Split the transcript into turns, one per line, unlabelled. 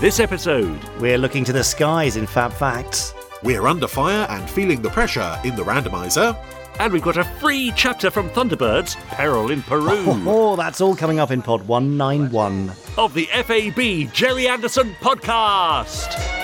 This episode,
We're looking to the skies in Fab Facts.
We're under fire and feeling the pressure in the randomizer.
and we've got a free chapter from Thunderbirds, Peril in Peru,
Oh, that's all coming up in pod 191.
of the FAB Jerry Anderson podcast.